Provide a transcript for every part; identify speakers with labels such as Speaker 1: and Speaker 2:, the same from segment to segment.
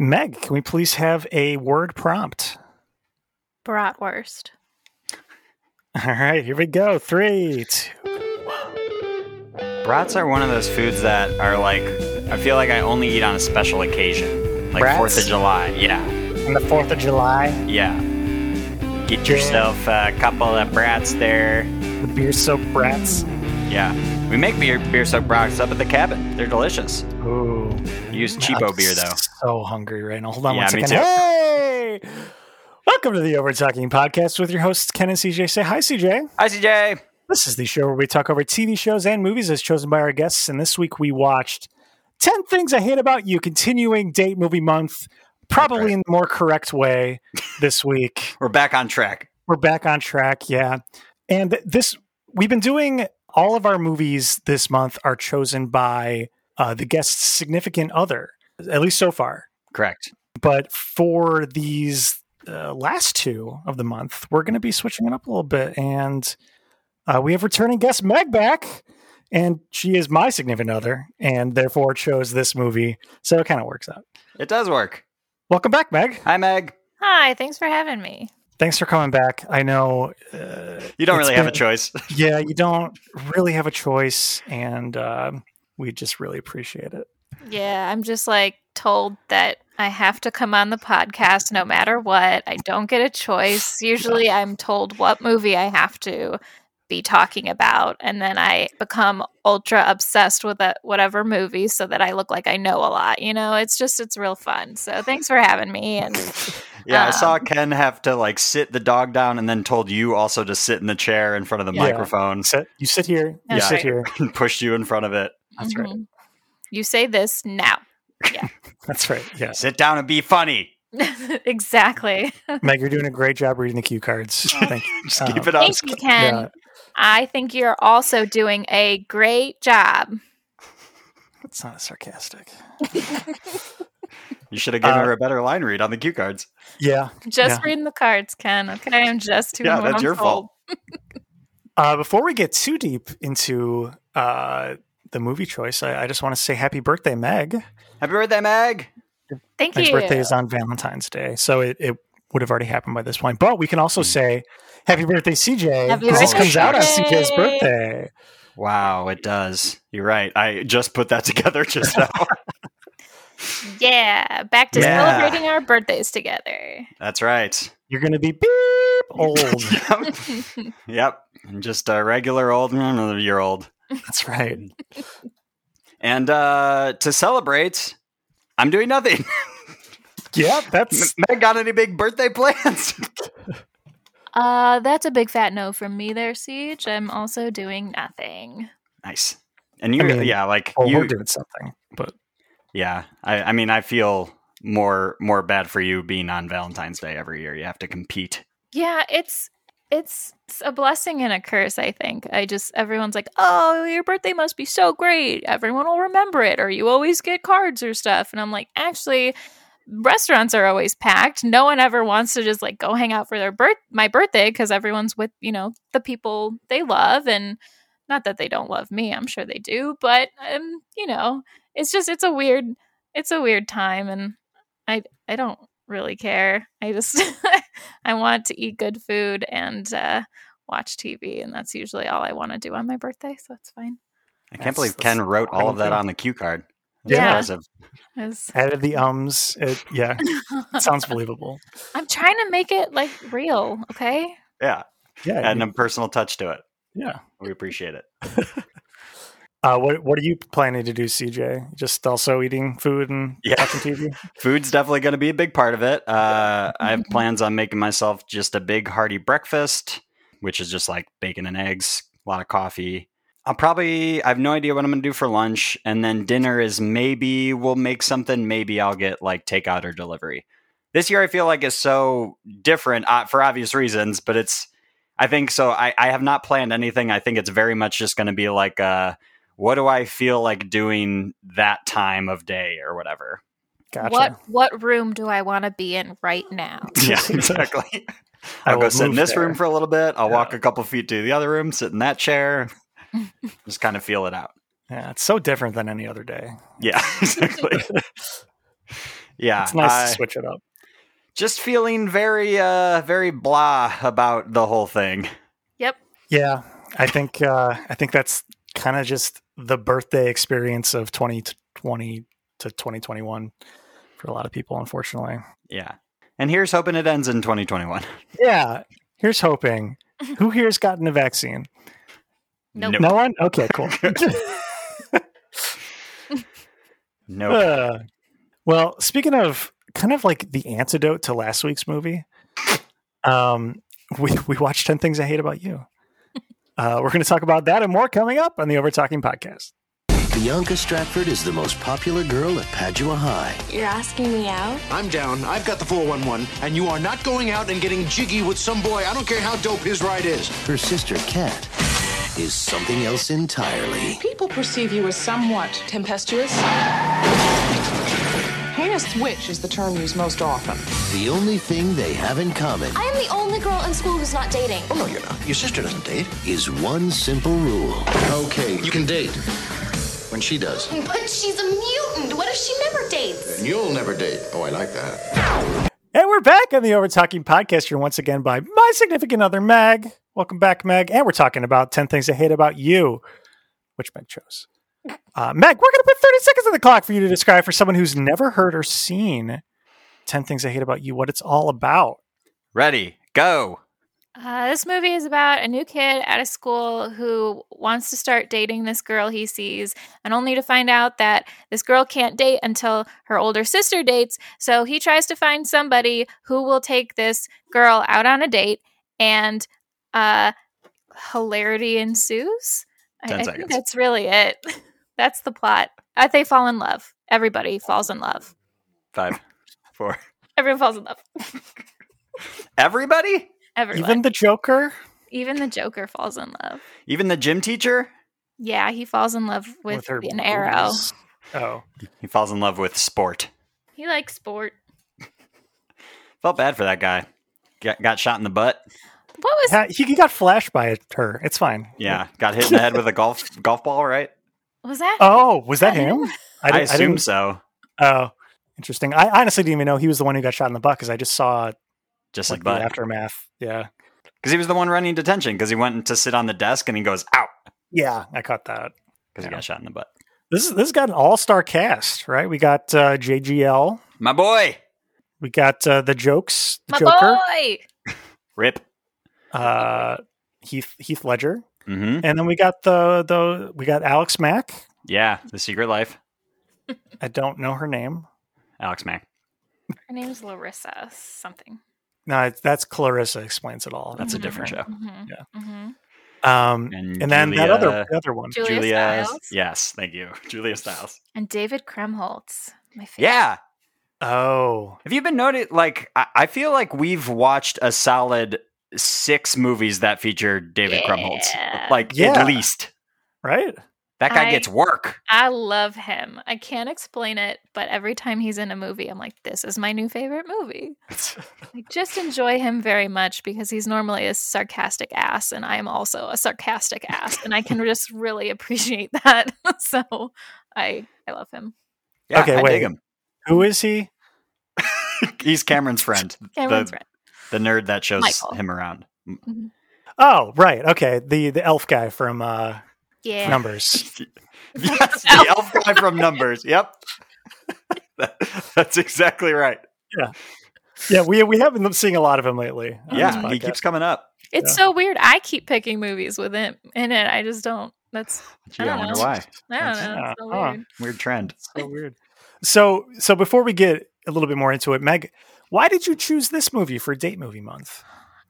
Speaker 1: Meg, can we please have a word prompt?
Speaker 2: Bratwurst.
Speaker 1: All right, here we go. Three, two.
Speaker 3: Brats are one of those foods that are like I feel like I only eat on a special occasion, like
Speaker 1: Brats?
Speaker 3: Fourth of July. Yeah,
Speaker 1: On the 4th of July,
Speaker 3: yeah. Get yourself a couple of brats there.
Speaker 1: the beer soap brats.
Speaker 3: Yeah, we make beer beer soaked brats up at the cabin. They're delicious.
Speaker 1: Ooh.
Speaker 3: Use cheapo beer though.
Speaker 1: So hungry right now. Hold on
Speaker 3: Yeah,
Speaker 1: one
Speaker 3: me
Speaker 1: second.
Speaker 3: too.
Speaker 1: Hey! Welcome to the Over Talking Podcast with your hosts, Ken and CJ. Say hi, CJ.
Speaker 3: ICJ.
Speaker 1: This is the show where we talk over TV shows and movies as chosen by our guests. And this week we watched 10 Things I Hate About You, continuing date movie month, probably
Speaker 3: Right.
Speaker 1: in the more correct way this week.
Speaker 3: We're back on track.
Speaker 1: We're back on track. Yeah. And th- this, we've been doing all of our movies this month are chosen by uh, the guest's significant other, at least so far.
Speaker 3: Correct.
Speaker 1: But for these uh, last two of the month, we're going to be switching it up a little bit. And uh, we have returning guest Meg back. And she is my significant other and therefore chose this movie. So it kind of works out.
Speaker 3: It does work.
Speaker 1: Welcome back, Meg.
Speaker 3: Hi, Meg.
Speaker 2: Hi, thanks for having me.
Speaker 1: Thanks for coming back. I know. Uh,
Speaker 3: You don't
Speaker 1: It's
Speaker 3: really have a
Speaker 1: been-
Speaker 3: choice.
Speaker 1: yeah, you don't really have a choice. And um, we just really appreciate it.
Speaker 2: Yeah, I'm just like told that I have to come on the podcast no matter what. I don't get a choice. Usually I'm told what movie I have to be talking about and then I become ultra obsessed with a, whatever movie so that I look like I know a lot. You know, it's just it's real fun. So thanks for having me and
Speaker 3: Yeah,
Speaker 1: Ah.
Speaker 3: I
Speaker 2: Um,
Speaker 3: saw Ken have to like sit the dog down and then told you also to sit in the chair in front of the
Speaker 1: Yeah.
Speaker 3: microphone
Speaker 1: Sit, you sit here. You
Speaker 2: That's
Speaker 1: sit
Speaker 2: right.
Speaker 1: here.
Speaker 3: and pushed you in front of it.
Speaker 1: That's right.
Speaker 2: Mhm. You say this now.
Speaker 1: That's right. Yes.
Speaker 3: Sit down and be funny.
Speaker 2: exactly.
Speaker 1: Meg, you're doing a great job reading the cue cards. Thank you.
Speaker 3: Just
Speaker 1: Um,
Speaker 3: keep it up.
Speaker 2: Thank you, Oh, Ken.
Speaker 1: Yeah.
Speaker 2: I think you're also doing a great job.
Speaker 1: It's not sarcastic.
Speaker 3: You should have given
Speaker 1: Uh,
Speaker 3: her a better line read on the cue cards.
Speaker 1: Yeah.
Speaker 2: Just
Speaker 1: Yeah.
Speaker 2: reading the cards, Ken. Okay, I'm just too.
Speaker 3: Yeah, that's your
Speaker 2: emotional.
Speaker 3: fault.
Speaker 1: Uh, before we get too deep into uh, the movie choice, I, I just want to say happy birthday, Meg.
Speaker 3: Happy birthday, Meg.
Speaker 2: Thank
Speaker 1: Meg's
Speaker 2: you.
Speaker 1: birthday is on Valentine's Day, so it, it would have already happened by this point. But we can also say happy birthday, CJ,
Speaker 2: Mm. Happy
Speaker 1: this
Speaker 3: birthday,
Speaker 1: comes out on
Speaker 2: CJ.
Speaker 1: CJ's birthday.
Speaker 3: Wow, it does. You're right. I just put that together just now.
Speaker 2: yeah, back to
Speaker 3: Yeah.
Speaker 2: celebrating our birthdays together.
Speaker 3: That's right.
Speaker 1: You're going to be beep old.
Speaker 3: Yep. yep. I'm just a regular old mm, year old.
Speaker 1: That's right.
Speaker 3: And uh, to celebrate, I'm doing nothing.
Speaker 1: Yep, that's
Speaker 3: Meg got any big birthday plans?
Speaker 2: Uh, that's a big fat no from me there, Siege. I'm also doing nothing.
Speaker 3: nice. And you,
Speaker 1: mean,
Speaker 3: yeah, like
Speaker 1: well,
Speaker 3: you,
Speaker 1: Oh, we're doing something. But
Speaker 3: yeah. I, I mean, I feel more more bad for you being on Valentine's Day every year. You have to compete.
Speaker 2: Yeah, it's it's a blessing and a curse, I think. I just everyone's like, "Oh, your birthday must be so great. Everyone will remember it or you always get cards or stuff." And I'm like, "Actually, restaurants are always packed. No one ever wants to just like go hang out for their birth my birthday cuz everyone's with, you know, the people they love and not that they don't love me. I'm sure they do, but um, you know, it's just it's a weird it's a weird time and I I don't really care. I just I want to eat good food and uh, watch TV, and that's usually all I want to do on my birthday. So it's fine.
Speaker 3: I
Speaker 1: That's-
Speaker 3: can't believe
Speaker 1: that's
Speaker 3: Ken wrote all of that
Speaker 1: crazy.
Speaker 3: on the cue card. It's
Speaker 2: Yeah.
Speaker 3: impressive.
Speaker 2: It's-
Speaker 1: added the ums. It, yeah, it sounds believable.
Speaker 2: I'm trying to make it like real, okay?
Speaker 3: Yeah.
Speaker 1: Yeah,
Speaker 3: And
Speaker 1: you-
Speaker 3: a personal touch to it.
Speaker 1: yeah.
Speaker 3: We appreciate it.
Speaker 1: Uh, what what are you planning to do, CJ? Just also eating food and
Speaker 3: Yeah.
Speaker 1: watching TV?
Speaker 3: Food's definitely going to be a big part of it. Uh, I have plans on making myself just a big hearty breakfast, which is just like bacon and eggs, a lot of coffee. I'll probably, I have no idea what I'm going to do for lunch. And then dinner is maybe we'll make something, maybe I'll get like takeout or delivery. This year I feel like is so different uh, for obvious reasons, but it's, I think so. I, I have not planned anything. I think it's very much just going to be like, uh, what do I feel like doing that time of day or whatever?
Speaker 1: Gotcha.
Speaker 2: What what room do I want to be in right now?
Speaker 3: Yeah, exactly.
Speaker 1: I
Speaker 3: I'll
Speaker 1: will
Speaker 3: go sit in
Speaker 1: move
Speaker 3: this
Speaker 1: there.
Speaker 3: room for a little bit. I'll
Speaker 1: Yeah.
Speaker 3: walk a couple feet to the other room, sit in that chair, just kind of feel it out.
Speaker 1: Yeah, it's so different than any other day.
Speaker 3: Yeah, exactly. Yeah,
Speaker 1: It's nice
Speaker 3: I-
Speaker 1: to switch it up.
Speaker 3: just feeling very, uh, very blah about the whole thing.
Speaker 2: Yep.
Speaker 1: Yeah, I think uh, I think that's kind of just the birthday experience of 2020 to 2021 for a lot of people, unfortunately.
Speaker 3: Yeah, and here's hoping it ends in 2021.
Speaker 1: Yeah, here's hoping. Who here's gotten a vaccine?
Speaker 2: Nope.
Speaker 1: No one. Okay, cool.
Speaker 3: Nope.
Speaker 1: Uh, well, speaking of kind of like the antidote to last week's movie, um, we we watched Ten Things I Hate About You. Uh, we're going to talk about that and more coming up on the Over Talking podcast.
Speaker 4: Bianca Stratford is the most popular girl at Padua High.
Speaker 5: You're asking me out?
Speaker 6: I'm down. I've got the 411, and you are not going out and getting jiggy with some boy. I don't care how dope his ride is.
Speaker 4: Her sister, Kat, is something else entirely.
Speaker 7: People perceive you as somewhat tempestuous. Heinous witch is the term used most often.
Speaker 4: The only thing they have in common
Speaker 5: I am the only girl in school who's not dating.
Speaker 6: Oh, No, you're not. Your sister doesn't date.
Speaker 4: is one simple rule.
Speaker 6: Okay, you can date when she does.
Speaker 5: But she's a mutant. What if she never dates?
Speaker 6: And you'll never date. Oh, I like that.
Speaker 1: And we're back on the Over Talking podcast here once again by my significant other, Meg. Welcome back, Meg. And we're talking about 10 Things I Hate About You, which Meg chose. Uh, Meg, we're going to put 30 seconds on the clock for you to describe for someone who's never heard or seen 10 Things I Hate About You what it's all about.
Speaker 3: Ready, go.
Speaker 2: Uh, this movie is about a new kid at a school who wants to start dating this girl he sees, and only to find out that this girl can't date until her older sister dates. So he tries to find somebody who will take this girl out on a date, and uh, hilarity ensues. I-
Speaker 3: Ten
Speaker 2: I, think
Speaker 3: seconds.
Speaker 2: that's really it. that's the plot. Uh, they fall in love. Everybody falls in love.
Speaker 3: Five, four.
Speaker 2: Everyone falls in love.
Speaker 3: Everybody,
Speaker 2: Everyone.
Speaker 1: Even the Joker?
Speaker 2: Even the Joker falls in love.
Speaker 3: even the gym teacher,
Speaker 2: Yeah, he falls in love with, an arrow.
Speaker 1: boobies. Oh.
Speaker 3: he falls in love with sport.
Speaker 2: He likes sport.
Speaker 3: Felt bad for that guy. Got, got shot in the butt.
Speaker 2: What was
Speaker 1: Ha- He he got flashed by her. It's fine.
Speaker 3: Yeah, got hit in the head with a golf golf ball. Right?
Speaker 2: was that?
Speaker 1: Oh, was that him?
Speaker 3: I,
Speaker 1: didn't-
Speaker 3: assume
Speaker 1: didn't-
Speaker 3: so.
Speaker 1: Oh, interesting. I honestly didn't even know he was the one who got shot in the butt because I just saw
Speaker 3: Just
Speaker 1: like
Speaker 3: like
Speaker 1: the
Speaker 3: butt.
Speaker 1: aftermath. Yeah.
Speaker 3: Because he was the one running detention. Because he went to sit on the desk and he goes out
Speaker 1: Yeah. I caught that.
Speaker 3: because he
Speaker 1: Yeah.
Speaker 3: got shot in the butt.
Speaker 1: This is this has got an all star cast, right? We got uh, JGL,
Speaker 3: My boy,
Speaker 1: we got uh, the jokes, the
Speaker 2: my
Speaker 1: Joker,
Speaker 2: boy.
Speaker 3: rip.
Speaker 1: uh, Heath Heath Ledger,
Speaker 3: Mm-hmm.
Speaker 1: and then we got the the we got Alex Mack.
Speaker 3: Yeah, the Secret Life.
Speaker 1: I don't know her name.
Speaker 3: Alex Mack.
Speaker 2: Her name's Larissa something.
Speaker 1: No, it's- that's Clarissa explains it all.
Speaker 3: That's a different show.
Speaker 2: Mhm, mhm.
Speaker 1: Um,
Speaker 3: And,
Speaker 1: and then that
Speaker 3: Julia-
Speaker 1: other the other one.
Speaker 2: Julia,
Speaker 3: Julia.
Speaker 2: Stiles
Speaker 3: Yes, thank you, Julia Stiles.
Speaker 2: and David Kremholtz. My favorite.
Speaker 3: Yeah.
Speaker 1: Oh,
Speaker 3: Have you been noted? Like, I, I feel like we've watched a solid six movies that feature David
Speaker 2: Yeah.
Speaker 3: Krumholtz. Like,
Speaker 1: Yeah.
Speaker 3: at least
Speaker 1: right.
Speaker 3: that guy
Speaker 2: I-
Speaker 3: gets work.
Speaker 2: I love him. I can't explain it, but every time he's in a movie, I'm like, this is my new favorite movie. I just enjoy him very much because he's normally a sarcastic ass, and I am also a sarcastic ass, and I can just really appreciate that. so I I love him.
Speaker 3: Yeah,
Speaker 1: Okay,
Speaker 3: I
Speaker 1: wait.
Speaker 3: dig him.
Speaker 1: Who is he?
Speaker 3: He's Cameron's friend,
Speaker 2: Cameron's
Speaker 3: the,
Speaker 2: right.
Speaker 3: the nerd that shows
Speaker 2: Michael.
Speaker 3: him around.
Speaker 1: Oh, right. Okay, the the elf guy from uh,
Speaker 2: Yeah.
Speaker 1: Numbers.
Speaker 3: Yes, the elf guy from Numbers. Yep. That's exactly right.
Speaker 1: yeah, we we have been seeing a lot of him lately. on this
Speaker 3: Yeah, he
Speaker 1: podcast.
Speaker 3: keeps coming up.
Speaker 2: It's so weird. I keep picking movies with him in it. I just don't. That's
Speaker 3: Gee,
Speaker 2: I
Speaker 3: I
Speaker 2: don't
Speaker 3: wonder
Speaker 2: know.
Speaker 3: why.
Speaker 2: I don't know. It's so
Speaker 1: Uh, huh.
Speaker 2: weird.
Speaker 3: Weird trend.
Speaker 1: so weird. So so before we get a little bit more into it, Meg, why did you choose this movie for date movie month?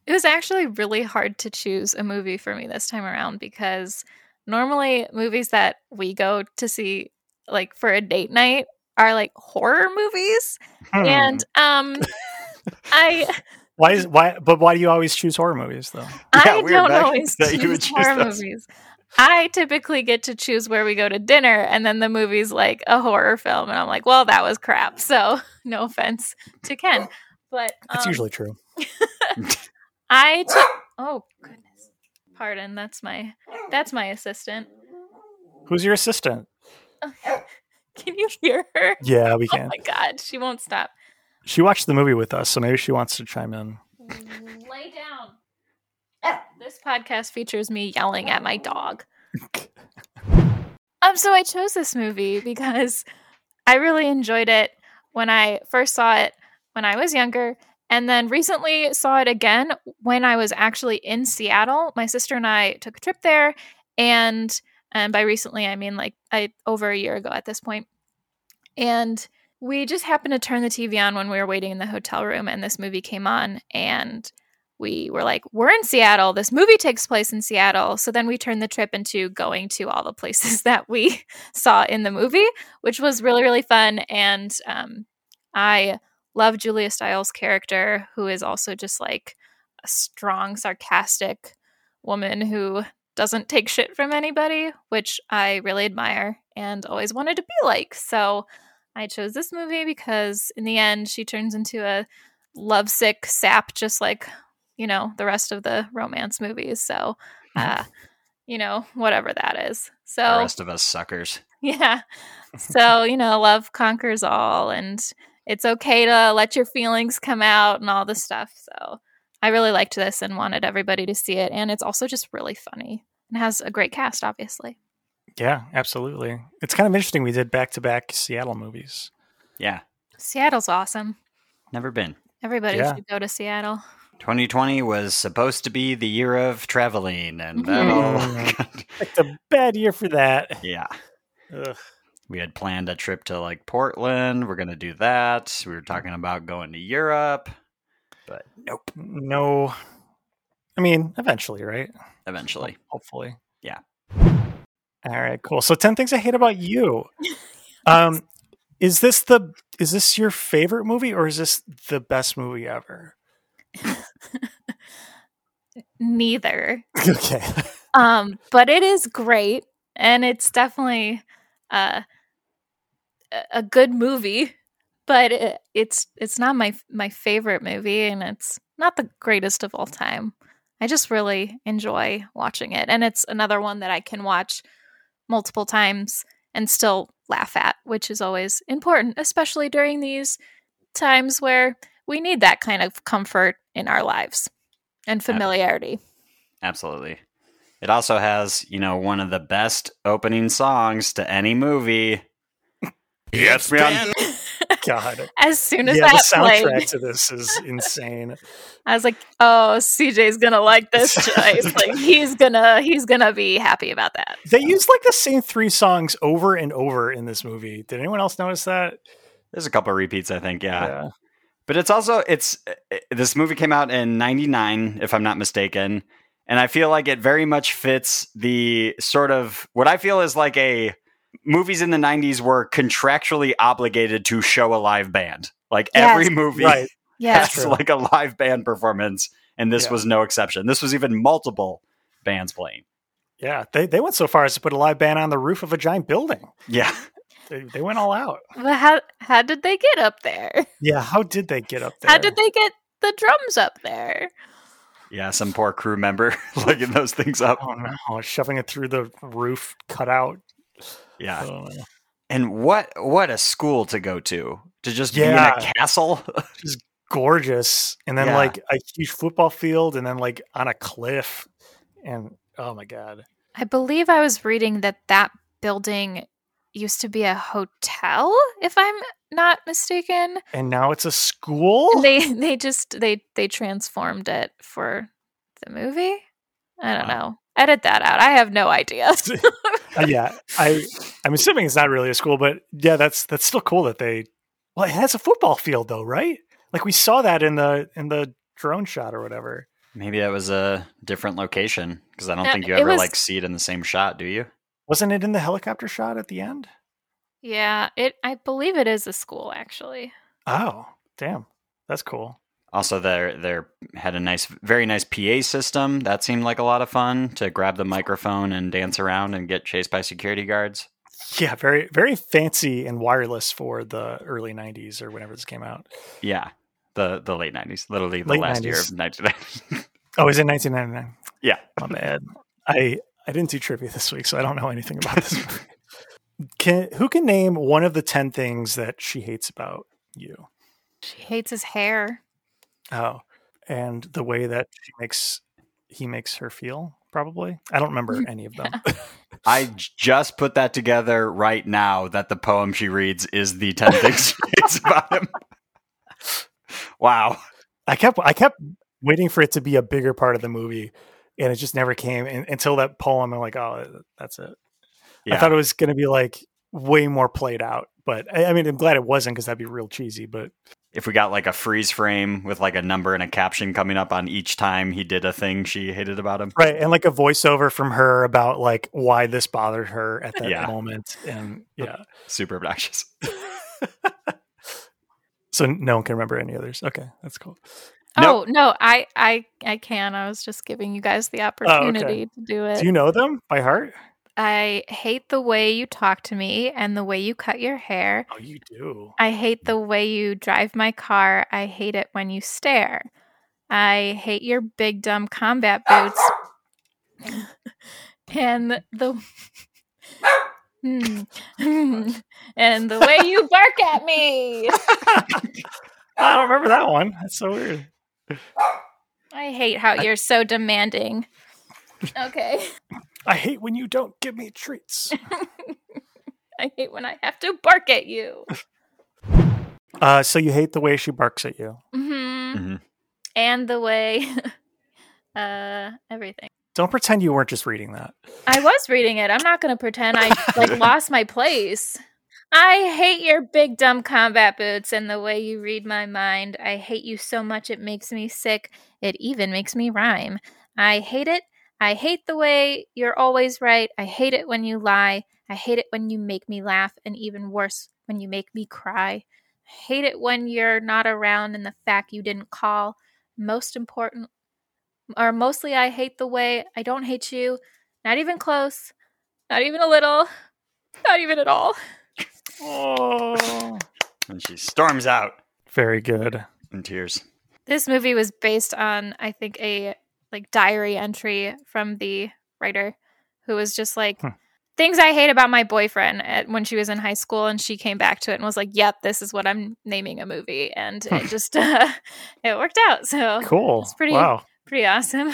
Speaker 2: It was actually really hard to choose a movie for me this time around because normally movies that we go to see like for a date night are like horror movies
Speaker 3: Hmm.
Speaker 1: Hmm.
Speaker 2: and um I
Speaker 1: why is why but why do you always choose horror movies though?
Speaker 3: Yeah,
Speaker 2: I
Speaker 3: weird
Speaker 2: don't
Speaker 3: back
Speaker 2: always
Speaker 3: that you would
Speaker 2: choose horror
Speaker 3: choose those.
Speaker 2: movies. I typically get to choose where we go to dinner, and then the movie's like a horror film, and I'm like, well, that was crap. So no offense to Ken, but
Speaker 1: That's
Speaker 2: um,
Speaker 1: usually true.
Speaker 2: I took. Oh goodness, pardon. That's my that's my assistant.
Speaker 1: Who's your assistant?
Speaker 2: Can you hear her?
Speaker 1: Yeah, we
Speaker 2: Oh
Speaker 1: can.
Speaker 2: my god, she won't stop.
Speaker 1: She watched the movie with us, so maybe she wants to chime in.
Speaker 2: Lay down. This podcast features me yelling at my dog. um, so I chose this movie because I really enjoyed it when I first saw it when I was younger, and then recently saw it again when I was actually in Seattle. My sister and I took a trip there, and and by recently I mean like I over a year ago at this point, and we just happened to turn the TV on when we were waiting in the hotel room, and this movie came on, and we were like, "We're in Seattle. This movie takes place in Seattle." So then we turned the trip into going to all the places that we saw in the movie, which was really really fun. And um, I love Julia Stiles' character, who is also just like a strong, sarcastic woman who doesn't take shit from anybody, which I really admire and always wanted to be like. So. I chose this movie because in the end she turns into a lovesick sap just like, you know, the rest of the romance movies. So uh, you know, whatever that is.
Speaker 3: The
Speaker 2: So
Speaker 3: rest of us suckers.
Speaker 2: yeah. So, you know, love conquers all and it's okay to let your feelings come out and all this stuff. So I really liked this and wanted everybody to see it. And it's also just really funny and has a great cast, obviously.
Speaker 1: Yeah, absolutely. It's kind of interesting. We did back to back Seattle movies.
Speaker 3: Yeah,
Speaker 2: Seattle's awesome.
Speaker 3: never been.
Speaker 2: Everybody
Speaker 1: Yeah.
Speaker 2: should go to Seattle.
Speaker 3: 2020 was supposed to be the year of traveling, and that
Speaker 2: Mm-hmm.
Speaker 3: all.
Speaker 1: It's a bad year for that.
Speaker 3: yeah.
Speaker 1: Ugh.
Speaker 3: We had planned a trip to like Portland. We're going to do that. We were talking about going to Europe, but nope,
Speaker 1: No, I mean, eventually, right?
Speaker 3: eventually.
Speaker 1: Hopefully.
Speaker 3: Yeah.
Speaker 1: All right, cool. So 10 things I hate about you. Um is this the is this your favorite movie or is this the best movie ever?
Speaker 2: Neither.
Speaker 1: Okay.
Speaker 2: um but it is great and it's definitely uh a- a good movie but it, it's it's not my my favorite movie and it's not the greatest of all time i just really enjoy watching it and it's another one that i can watch multiple times and still laugh at which is always important especially during these times where we need that kind of comfort in our lives and familiarity
Speaker 3: Absolutely. It also has, you know, one of the best opening songs to any movie. Yes, man.
Speaker 1: God.
Speaker 2: as soon as
Speaker 1: yeah, the
Speaker 2: that
Speaker 1: soundtrack
Speaker 2: played
Speaker 1: to this is insane.
Speaker 2: I was like, "Oh, CJ's gonna like this choice. like, he's gonna he's gonna be happy about that."
Speaker 1: They use like the same three songs over and over in this movie. Did anyone else notice that?
Speaker 3: There's a couple repeats, I think. Yeah. But it's also it's uh, this movie came out in 99 if I'm not mistaken, and I feel like it very much fits the sort of what I feel is like a movies in the 90s were contractually obligated to show a live band. Like
Speaker 2: Yes.
Speaker 3: every movie
Speaker 1: Right.
Speaker 2: Yeah,
Speaker 3: has
Speaker 1: true.
Speaker 3: like a live band performance, and this
Speaker 1: Yeah.
Speaker 3: was no exception. This was even multiple bands playing.
Speaker 1: Yeah. They they went so far as to put a live band on the roof of a giant building.
Speaker 3: Yeah.
Speaker 1: They, they went all out.
Speaker 2: but how how did they get up there?
Speaker 1: Yeah, how did they get up there?
Speaker 2: How did they get the drums up there?
Speaker 3: Yeah, some poor crew member lugging those things up.
Speaker 1: Oh no, shoving it through the roof cutout.
Speaker 3: Yeah.
Speaker 1: I don't know.
Speaker 3: And what what a school to go to. To just be in
Speaker 1: Yeah.
Speaker 3: a castle.
Speaker 1: gorgeous and then
Speaker 3: Yeah.
Speaker 1: like a huge football field and then like on a cliff and oh my god
Speaker 2: I believe I was reading that that building used to be a hotel, if I'm not mistaken.
Speaker 1: and now it's a school
Speaker 2: And they they just they they transformed it for the movie. I don't
Speaker 3: Wow.
Speaker 2: know. Edit that out. I have no idea.
Speaker 1: Uh, yeah i i'm assuming it's not really a school but yeah that's that's still cool that they well it has a football field though right like we saw that in the in the drone shot or whatever
Speaker 3: Maybe that was a different location because I don't
Speaker 2: Uh,
Speaker 3: think you
Speaker 2: it
Speaker 3: ever
Speaker 2: was-
Speaker 3: like see it in the same shot, do you?
Speaker 1: wasn't it in the helicopter shot at the end
Speaker 2: Yeah, it. I believe it is a school actually.
Speaker 1: oh damn that's cool
Speaker 3: Also, there there had a nice, very nice PA system that seemed like a lot of fun to grab the microphone and dance around and get chased by security guards.
Speaker 1: yeah very very fancy and wireless for the early 90s or whenever this came out
Speaker 3: Yeah, the the late nineties, literally the
Speaker 1: Late
Speaker 3: last year
Speaker 1: 90s.
Speaker 3: of nineteen ninety.
Speaker 1: oh it was in 1999
Speaker 3: yeah,
Speaker 1: My bad. I I didn't do trivia this week, so I don't know anything about this. movie. Can who can name one of the ten things that she hates about you?
Speaker 2: She hates his hair.
Speaker 1: Oh, and the way that she makes he makes her feel. Probably, I don't remember any of them.
Speaker 3: I j- just put that together right now that the poem she reads is the 10 things she hates about him. Wow.
Speaker 1: I kept I kept waiting for it to be a bigger part of the movie, and it just never came and, until that poem. I'm like, oh, that's it.
Speaker 3: Yeah.
Speaker 1: I thought it was going to be like way more played out, but I, I mean, I'm glad it wasn't because that'd be real cheesy. But
Speaker 3: if we got like a freeze frame with like a number and a caption coming up on each time he did a thing she hated about him.
Speaker 1: right, and like a voiceover from her about like why this bothered her at that
Speaker 3: Yeah.
Speaker 1: moment, and yeah.
Speaker 3: Super obnoxious.
Speaker 1: So no one can remember any others. Okay, that's cool.
Speaker 3: Nope.
Speaker 2: Oh no, I I I can. I was just giving you guys the opportunity to do it.
Speaker 1: Do you know them by heart?
Speaker 2: I hate the way you talk to me and the way you cut your hair.
Speaker 1: Oh, you do.
Speaker 2: I hate the way you drive my car. I hate it when you stare. I hate your big dumb combat boots. and the Hmm. Hmm. and the way you bark at me.
Speaker 1: I don't remember that one. That's so weird.
Speaker 2: I hate how you're so demanding. Okay.
Speaker 1: I hate when you don't give me treats.
Speaker 2: I hate when I have to bark at you.
Speaker 1: Uh, so you hate the way she barks at you.
Speaker 2: hmm
Speaker 3: Mhm.
Speaker 2: And the way, uh, everything.
Speaker 1: Don't pretend you weren't just reading that.
Speaker 2: I was reading it. I'm not going to pretend I like lost my place. I hate your big dumb combat boots and the way you read my mind. I hate you so much it makes me sick. It even makes me rhyme. I hate it. I hate the way you're always right. I hate it when you lie. I hate it when you make me laugh and even worse when you make me cry. I hate it when you're not around and the fact you didn't call. Most important or mostly I hate the way I don't hate you. Not even close. Not even a little. Not even at all.
Speaker 1: Oh,
Speaker 3: And she storms out
Speaker 1: very good.
Speaker 3: in tears.
Speaker 2: This movie was based on, I think, a like diary entry from the writer, who was just like
Speaker 1: Hmm.
Speaker 2: things I hate about my boyfriend at, when she was in high school, and she came back to it and was like, "Yep, this is what I'm naming a movie," and it just uh, it worked out. So
Speaker 1: Cool.
Speaker 2: It's pretty-
Speaker 1: wow.
Speaker 2: pretty awesome.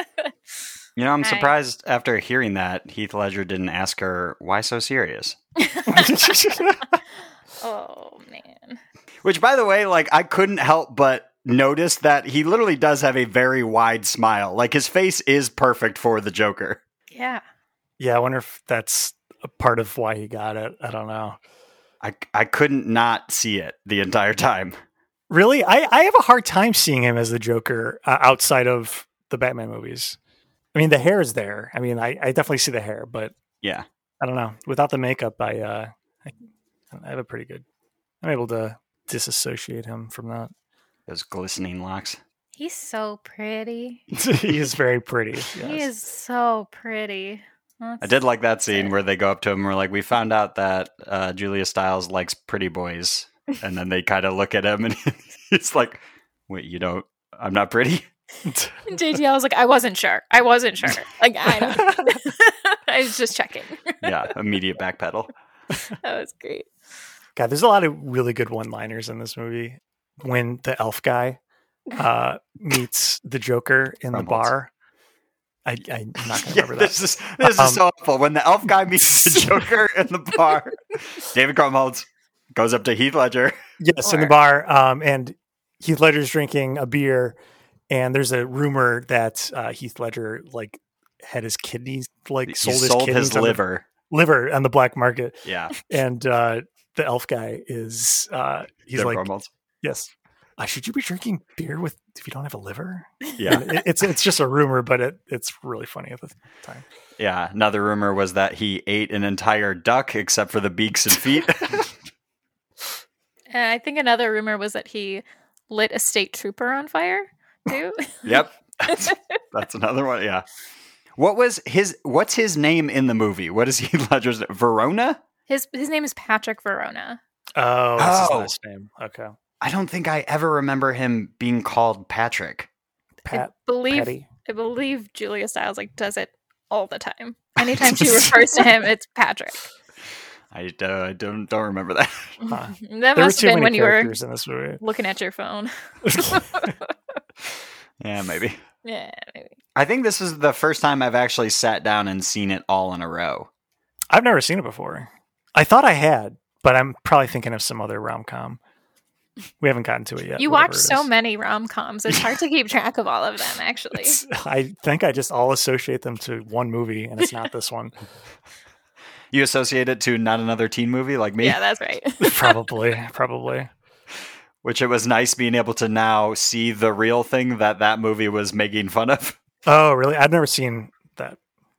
Speaker 3: You know, I'm
Speaker 2: Right.
Speaker 3: surprised after hearing that Heath Ledger didn't ask her why so serious.
Speaker 2: oh man.
Speaker 3: Which, by the way, like I couldn't help but notice that he literally does have a very wide smile. Like his face is perfect for the Joker.
Speaker 2: Yeah.
Speaker 1: yeah, I wonder if that's a part of why he got it. I don't know.
Speaker 3: I I couldn't not see it the entire time.
Speaker 1: Really, I, I have a hard time seeing him as the Joker uh, outside of the Batman movies. I mean, the hair is there. I mean, I, I definitely see the hair, but
Speaker 3: Yeah.
Speaker 1: I don't know. Without the makeup, I uh, I, I have a pretty good. I'm able to disassociate him from that.
Speaker 3: Those glistening locks.
Speaker 2: He's so pretty.
Speaker 1: he is very pretty.
Speaker 2: He
Speaker 1: yes.
Speaker 2: is so pretty.
Speaker 3: I
Speaker 2: That's-
Speaker 3: did like that scene where they go up to him and we're like, we found out that uh, Julia Stiles likes pretty boys. And then they kind of look at him and he's like, wait, you don't, I'm not pretty?
Speaker 2: JTL was like, I wasn't sure. I wasn't sure. Like, I don't. I was just checking.
Speaker 3: Yeah, immediate backpedal.
Speaker 2: That was great.
Speaker 1: God, there's a lot of really good one-liners in this movie. When the elf guy uh, meets the Joker in the
Speaker 3: Crumholtz.
Speaker 1: bar, I, I'm not gonna
Speaker 3: Yeah,
Speaker 1: remember
Speaker 3: this
Speaker 1: that.
Speaker 3: is this
Speaker 1: Um,
Speaker 3: is so awful. When the elf guy meets the Joker in the bar, David Crumholtz goes up to Heath Ledger.
Speaker 1: Yes, in the
Speaker 2: Or-
Speaker 1: bar, um, and Heath Ledger's drinking a beer, and there's a rumor that uh, Heath Ledger like had his kidneys
Speaker 3: He
Speaker 1: like sold his
Speaker 3: sold
Speaker 1: kidneys
Speaker 3: his
Speaker 1: on the-
Speaker 3: liver.
Speaker 1: liver on the black market,
Speaker 3: Yeah,
Speaker 1: and uh, the elf guy is uh, he's
Speaker 3: David
Speaker 1: like,
Speaker 3: Crumholtz.
Speaker 1: yes. Uh, should you be drinking beer with if you don't have a liver?
Speaker 3: Yeah,
Speaker 1: it, it's it's just a rumor, but it, it's really funny at the time.
Speaker 3: yeah. Another rumor was that he ate an entire duck except for the beaks and feet.
Speaker 2: Uh, I think another rumor was that he lit a state trooper on fire too.
Speaker 3: yep, that's, that's another one. Yeah. What was his? What's his name in the movie? What is Heath Ledger's name? Verona?
Speaker 2: his his name is Patrick Verona.
Speaker 1: Oh, that's his
Speaker 3: Oh.
Speaker 1: last name. Okay,
Speaker 3: I don't think I ever remember him being called Patrick.
Speaker 1: Pat.
Speaker 2: I believe
Speaker 1: Patty.
Speaker 2: I believe Julia Stiles like does it all the time. Anytime she refers to him, it's Patrick.
Speaker 3: I, uh, I don't don't remember that.
Speaker 2: That
Speaker 1: there were
Speaker 2: must
Speaker 1: too
Speaker 2: have
Speaker 1: many
Speaker 2: been when you were
Speaker 1: characters in this movie.
Speaker 2: looking at your phone.
Speaker 3: yeah, maybe.
Speaker 2: yeah. maybe.
Speaker 3: I think this is the first time I've actually sat down and seen it all in a row.
Speaker 1: I've never seen it before. I thought I had, but I'm probably thinking of some other rom com. We haven't gotten to it yet.
Speaker 2: You
Speaker 1: whatever
Speaker 2: watch
Speaker 1: it
Speaker 2: so
Speaker 1: is.
Speaker 2: many rom coms. It's hard to keep track of all of them, actually.
Speaker 1: It's- I think I just all associate them to one movie, and it's not this one.
Speaker 3: You associate it to not another teen movie like me,
Speaker 2: Yeah, that's right.
Speaker 1: probably, probably.
Speaker 3: which it was nice being able to now see the real thing that that movie was making fun of.
Speaker 1: Oh, really? I've never seen that.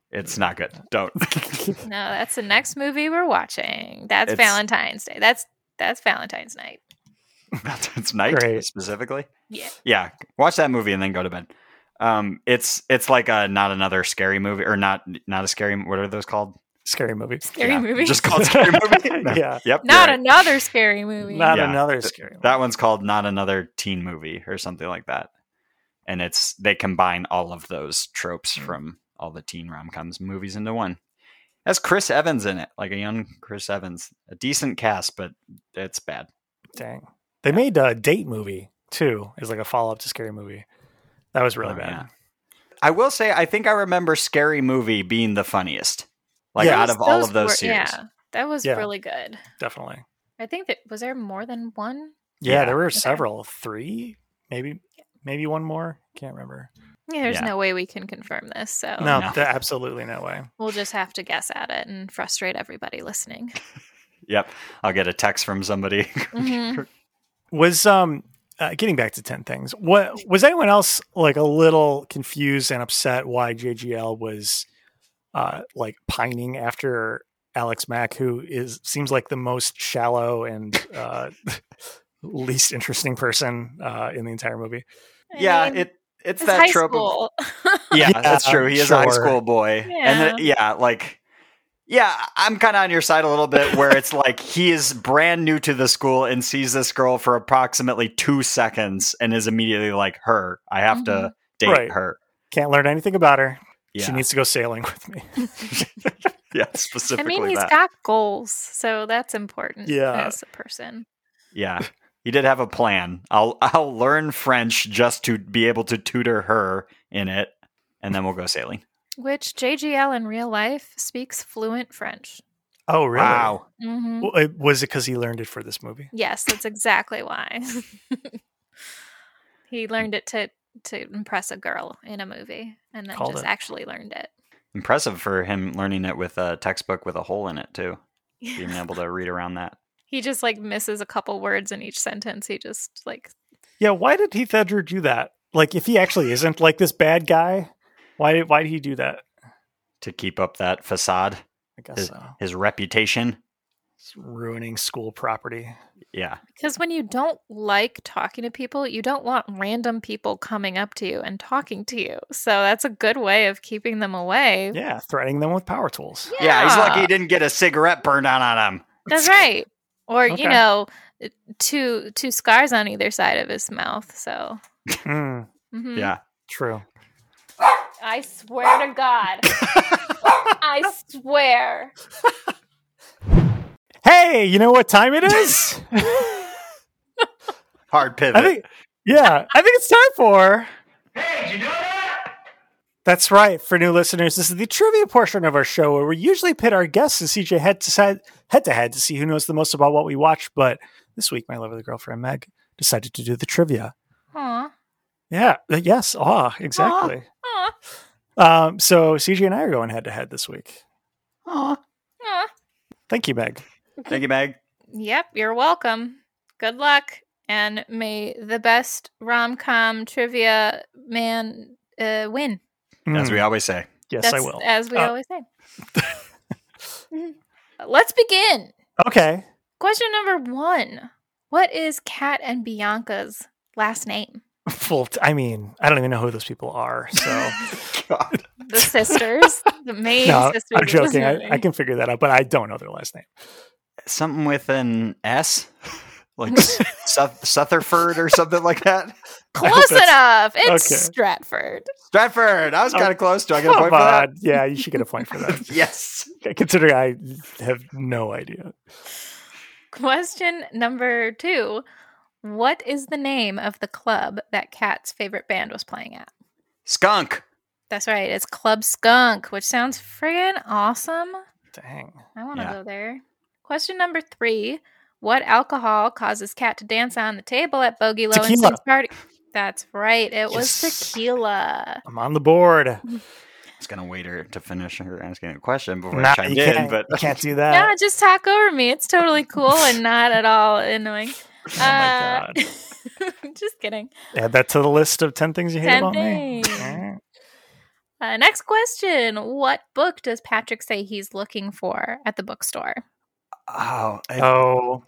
Speaker 3: It's not good. Don't.
Speaker 2: no, that's the next movie we're watching. That's
Speaker 3: It's-
Speaker 2: Valentine's Day. That's that's Valentine's night.
Speaker 3: it's night
Speaker 1: Great.
Speaker 3: specifically.
Speaker 2: Yeah.
Speaker 3: Yeah, watch that movie and then go to bed. Um, it's it's like a not another scary movie or not not a scary. What are those called?
Speaker 1: Scary movie.
Speaker 2: Scary
Speaker 3: Yeah,
Speaker 2: movie.
Speaker 3: Just called Oh, scary movie.
Speaker 1: Yeah.
Speaker 3: Yep. you're
Speaker 2: Not
Speaker 3: right.
Speaker 2: another scary movie.
Speaker 1: Not
Speaker 3: Yeah.
Speaker 1: another scary
Speaker 3: That one's called Not Another Teen Movie or something like that. And it's they combine all of those tropes
Speaker 2: Hmm.
Speaker 3: from all the teen rom coms movies into one. That's Chris Evans in it, like a young Chris Evans. A decent cast, but it's bad.
Speaker 1: Dang. They made a date movie too, as like a follow up to Scary Movie. That was really
Speaker 3: Oh,
Speaker 1: bad.
Speaker 3: yeah. I will say I think I remember Scary Movie being the funniest. Like
Speaker 1: Yeah.
Speaker 3: out of all
Speaker 2: Those
Speaker 3: of those
Speaker 2: were-
Speaker 3: series.
Speaker 2: Yeah, that was
Speaker 1: Yeah.
Speaker 2: really good.
Speaker 1: Definitely.
Speaker 2: I think that was there more than one.
Speaker 1: Yeah,
Speaker 3: Yeah.
Speaker 1: there were several. Three, maybe, maybe one more. Can't remember.
Speaker 2: Yeah, there's
Speaker 3: Yeah.
Speaker 2: no way we can confirm this, so
Speaker 1: Oh, no,
Speaker 3: no.
Speaker 1: there- absolutely no way.
Speaker 2: we'll just have to guess at it and frustrate everybody listening.
Speaker 3: Yep. I'll get a text from somebody.
Speaker 2: Mhm.
Speaker 1: Was um uh, getting back to ten things. What was anyone else like a little confused and upset why JGL was uh like pining after Alex Mack, who is seems like the most shallow and uh least interesting person uh in the entire movie.
Speaker 2: I
Speaker 3: yeah,
Speaker 2: mean,
Speaker 3: it it's
Speaker 2: it's
Speaker 3: that
Speaker 2: high
Speaker 3: trope of
Speaker 2: school.
Speaker 3: yeah,
Speaker 1: Yeah,
Speaker 3: that's true. He is a high
Speaker 1: sure.
Speaker 3: school boy. And then, yeah, like, yeah, I'm kind of on your side a little bit where it's like he is brand new to the school and sees this girl for approximately two seconds and is immediately like, her, I have
Speaker 2: Mm-hmm.
Speaker 3: to date
Speaker 1: Right.
Speaker 3: her.
Speaker 1: Can't learn anything about her.
Speaker 3: Yeah.
Speaker 1: She needs to go sailing with me.
Speaker 3: yeah,
Speaker 2: I
Speaker 3: specifically
Speaker 2: mean, he's
Speaker 3: that.
Speaker 2: got goals, so that's important.
Speaker 1: Yeah.
Speaker 2: as a person.
Speaker 3: yeah. He did have a plan. I'll I'll learn French just to be able to tutor her in it, and then we'll go sailing.
Speaker 2: Which JGL in real life speaks fluent French.
Speaker 1: Oh, really?
Speaker 3: Wow.
Speaker 2: hmm
Speaker 1: Well, it- Was it because he learned it for this movie?
Speaker 2: Yes, that's exactly why. he learned it to to impress a girl in a movie, and then
Speaker 1: Called
Speaker 2: just
Speaker 1: it.
Speaker 2: actually learned it.
Speaker 3: Impressive for him learning it with a textbook with a hole in it too. Being able to read around that.
Speaker 2: He just like misses a couple words in each sentence. He just like
Speaker 1: Yeah. Why did Heath Ledger do that? Like, if he actually isn't like this bad guy, why did why did he do that?
Speaker 3: to keep up that facade,
Speaker 1: I guess
Speaker 3: his,
Speaker 1: so.
Speaker 3: his reputation.
Speaker 1: It's ruining school property.
Speaker 3: Yeah,
Speaker 2: because when you don't like talking to people, you don't want random people coming up to you and talking to you. So that's a good way of keeping them away.
Speaker 1: Yeah, threatening them with power tools.
Speaker 3: yeah. he's lucky he didn't get a cigarette burned out on him.
Speaker 2: That's right. Or
Speaker 1: Okay.
Speaker 2: you know, two two scars on either side of his mouth. So
Speaker 1: Mm,
Speaker 2: mhm.
Speaker 3: Yeah,
Speaker 1: true.
Speaker 2: I swear to God. I swear.
Speaker 1: Hey, you know what time it is?
Speaker 3: hard pivot.
Speaker 1: I think. Yeah, I think it's time for. That's right. For new listeners, this is the trivia portion of our show where we usually pit our guests and CJ head to side, head to head to see who knows the most about what we watch. But this week, my lovely girlfriend Meg decided to do the trivia.
Speaker 2: Aw.
Speaker 1: Yeah. uh, Yes. Ah. Exactly.
Speaker 2: Aw.
Speaker 1: Um, so CJ and I are going head to head this week.
Speaker 2: Aw.
Speaker 1: Thank you, Meg.
Speaker 3: Thank you, Meg.
Speaker 2: Yep, you're welcome. Good luck. And may the best rom com trivia man uh, win.
Speaker 3: As
Speaker 1: Hmm.
Speaker 3: we always say,
Speaker 1: Mm, yes, I
Speaker 2: That's
Speaker 1: will.
Speaker 2: As we
Speaker 1: Uh,
Speaker 2: always say. Let's begin.
Speaker 1: Okay.
Speaker 2: Question number one What is Kat and Bianca's last name?
Speaker 1: Well, t- I mean, I don't even know who those people are. So
Speaker 2: The sisters, the main
Speaker 1: no,
Speaker 2: sisters.
Speaker 1: I'm
Speaker 2: of this
Speaker 1: joking. I,
Speaker 2: movie.
Speaker 1: I can figure that out, but I don't know their last name.
Speaker 3: something with an S. like Seth- Sutherford or something like that.
Speaker 2: Close enough. It's
Speaker 1: okay.
Speaker 2: Stratford.
Speaker 3: Stratford. I was kind of close. Do I get a
Speaker 1: Oh, Come
Speaker 3: point for that?
Speaker 1: on. Yeah, you should get a point for that.
Speaker 3: Yes.
Speaker 1: Considering I have no idea.
Speaker 2: Question number two. What is the name of the club that Kat's favorite band was playing at?
Speaker 3: Skunk.
Speaker 2: That's right. It's Club Skunk, which sounds friggin' awesome.
Speaker 1: Dang.
Speaker 2: I want to
Speaker 3: Yeah.
Speaker 2: go there. Question number three What alcohol causes Kat to dance on the table at Bogey Lowenstein's party? That's right. It was
Speaker 1: Yes.
Speaker 2: tequila.
Speaker 1: I'm on the board.
Speaker 3: I was gonna wait her to finish her asking a question before
Speaker 1: Nah,
Speaker 3: I chimed
Speaker 1: you,
Speaker 3: in,
Speaker 1: can't,
Speaker 3: but
Speaker 1: you can't do
Speaker 2: Yeah,
Speaker 1: that.
Speaker 2: just talk over me. It's totally cool and not at all annoying.
Speaker 1: Oh my God.
Speaker 2: God. just kidding.
Speaker 1: Add that to the list of 10 things you hate
Speaker 2: 10
Speaker 1: about me.
Speaker 2: things.
Speaker 1: All right.
Speaker 2: Uh, next question. What book does Patrick say he's looking for at the bookstore?
Speaker 3: oh, I,
Speaker 1: Oh,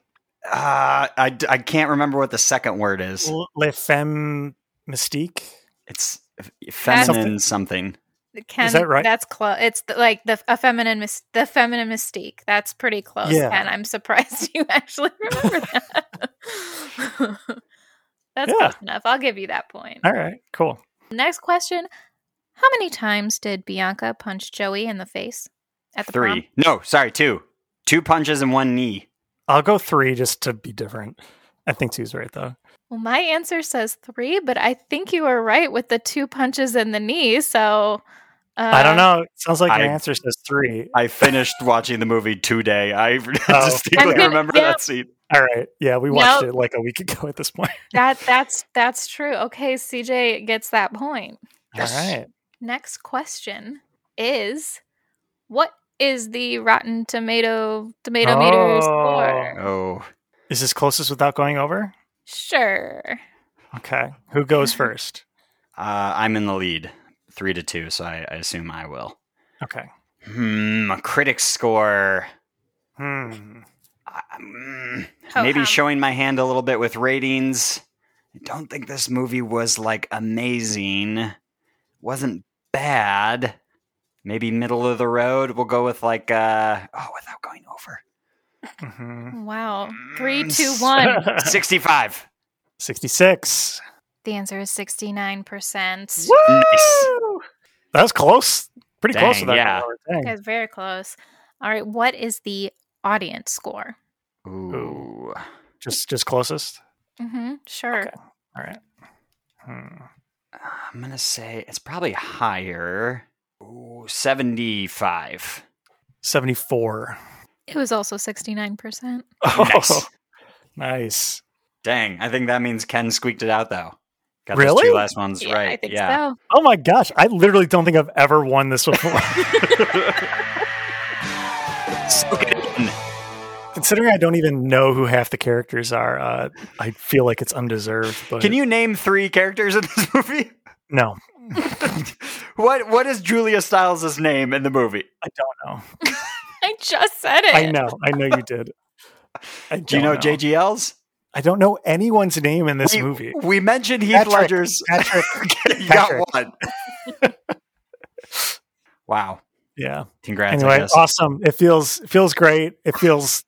Speaker 3: uh, I d- I can't remember what the second word is.
Speaker 1: Les Femmes Mystique.
Speaker 3: It's f-
Speaker 1: Something.
Speaker 3: feminine something.
Speaker 2: Ken,
Speaker 1: that right?
Speaker 2: That's close. It's the, like the a feminine mis- the feminine mystique. That's pretty close.
Speaker 1: Yeah.
Speaker 2: Ken, I'm surprised you actually remember that. that's
Speaker 1: Yeah.
Speaker 2: close enough. I'll give you that point.
Speaker 1: All right, cool.
Speaker 2: Next question: How many times did Bianca punch Joey in the face at the
Speaker 3: Three.
Speaker 2: prom?
Speaker 3: No, sorry, two. Two punches and one knee.
Speaker 1: I'll go three just to be different. I think two's right, though.
Speaker 2: Well, my answer says three, but I think you were right with the two punches in the knee. So uh,
Speaker 1: I don't know. It sounds like
Speaker 3: I-
Speaker 1: your answer says three.
Speaker 3: I finished watching the movie today. I
Speaker 1: Oh.
Speaker 3: distinctly
Speaker 2: I'm gonna-
Speaker 3: remember
Speaker 2: yeah.
Speaker 3: that scene.
Speaker 1: All right. Yeah, we watched
Speaker 2: Nope.
Speaker 1: it like a week ago at this point.
Speaker 2: That that's that's true. Okay, CJ gets that point.
Speaker 1: All right.
Speaker 2: Next question is what is the Rotten Tomato tomato meter
Speaker 1: Oh.
Speaker 2: score?
Speaker 3: Oh,
Speaker 1: Is this closest without going over?
Speaker 2: Sure.
Speaker 1: Okay. Who goes first?
Speaker 3: uh, I'm in the lead, three to two. So I, I assume I will.
Speaker 1: Okay.
Speaker 3: Hmm, a critic score.
Speaker 1: Hmm.
Speaker 3: Uh, mm,
Speaker 2: Oh,
Speaker 3: maybe
Speaker 2: um,
Speaker 3: showing my hand a little bit with ratings. I don't think this movie was like amazing. Wasn't bad. Maybe middle of the road. We'll go with like uh oh without going over.
Speaker 1: hmm
Speaker 2: Wow. Three,
Speaker 3: Mm,
Speaker 2: two, one.
Speaker 3: 65.
Speaker 1: 66.
Speaker 2: the answer is sixty-nine percent.
Speaker 3: Nice.
Speaker 1: That was close. Pretty close to
Speaker 3: Dang,
Speaker 1: that.
Speaker 3: yeah.
Speaker 1: hour. Dang.
Speaker 2: That's very close. All right. What is the audience score?
Speaker 3: Ooh.
Speaker 1: Just just closest.
Speaker 2: Mm-hmm. Sure.
Speaker 1: Okay. All right. Hmm.
Speaker 3: I'm going to say it's probably higher. Ooh, 75.
Speaker 1: 74.
Speaker 2: It was also sixty-nine percent.
Speaker 3: Nice.
Speaker 1: nice.
Speaker 3: Dang, I think that means Ken squeaked it out though. Got those
Speaker 1: Really?
Speaker 3: two last ones right.
Speaker 2: I think
Speaker 3: yeah.
Speaker 2: so.
Speaker 1: Oh my gosh. I literally don't think I've ever won this before.
Speaker 3: Soak it in.
Speaker 1: Considering I don't even know who half the characters are, uh, I feel like it's undeserved. But
Speaker 3: Can you name three characters in this movie?
Speaker 1: No,
Speaker 3: what What is Julia Stiles' name in the movie?
Speaker 1: I don't know.
Speaker 2: I just said it.
Speaker 3: Eh.
Speaker 1: I know. I know you did. I
Speaker 3: Do you know,
Speaker 1: don't
Speaker 3: JGL's?
Speaker 1: I don't know anyone's name in this
Speaker 3: We-
Speaker 1: movie.
Speaker 3: We mentioned Heath
Speaker 1: Patrick.
Speaker 3: Ledger's.
Speaker 1: Patrick.
Speaker 3: you got
Speaker 1: Patrick.
Speaker 3: one. wow.
Speaker 1: Yeah.
Speaker 3: Congrats. I
Speaker 1: anyway, uh,
Speaker 3: guess.
Speaker 1: awesome. It feels it feels great. It feels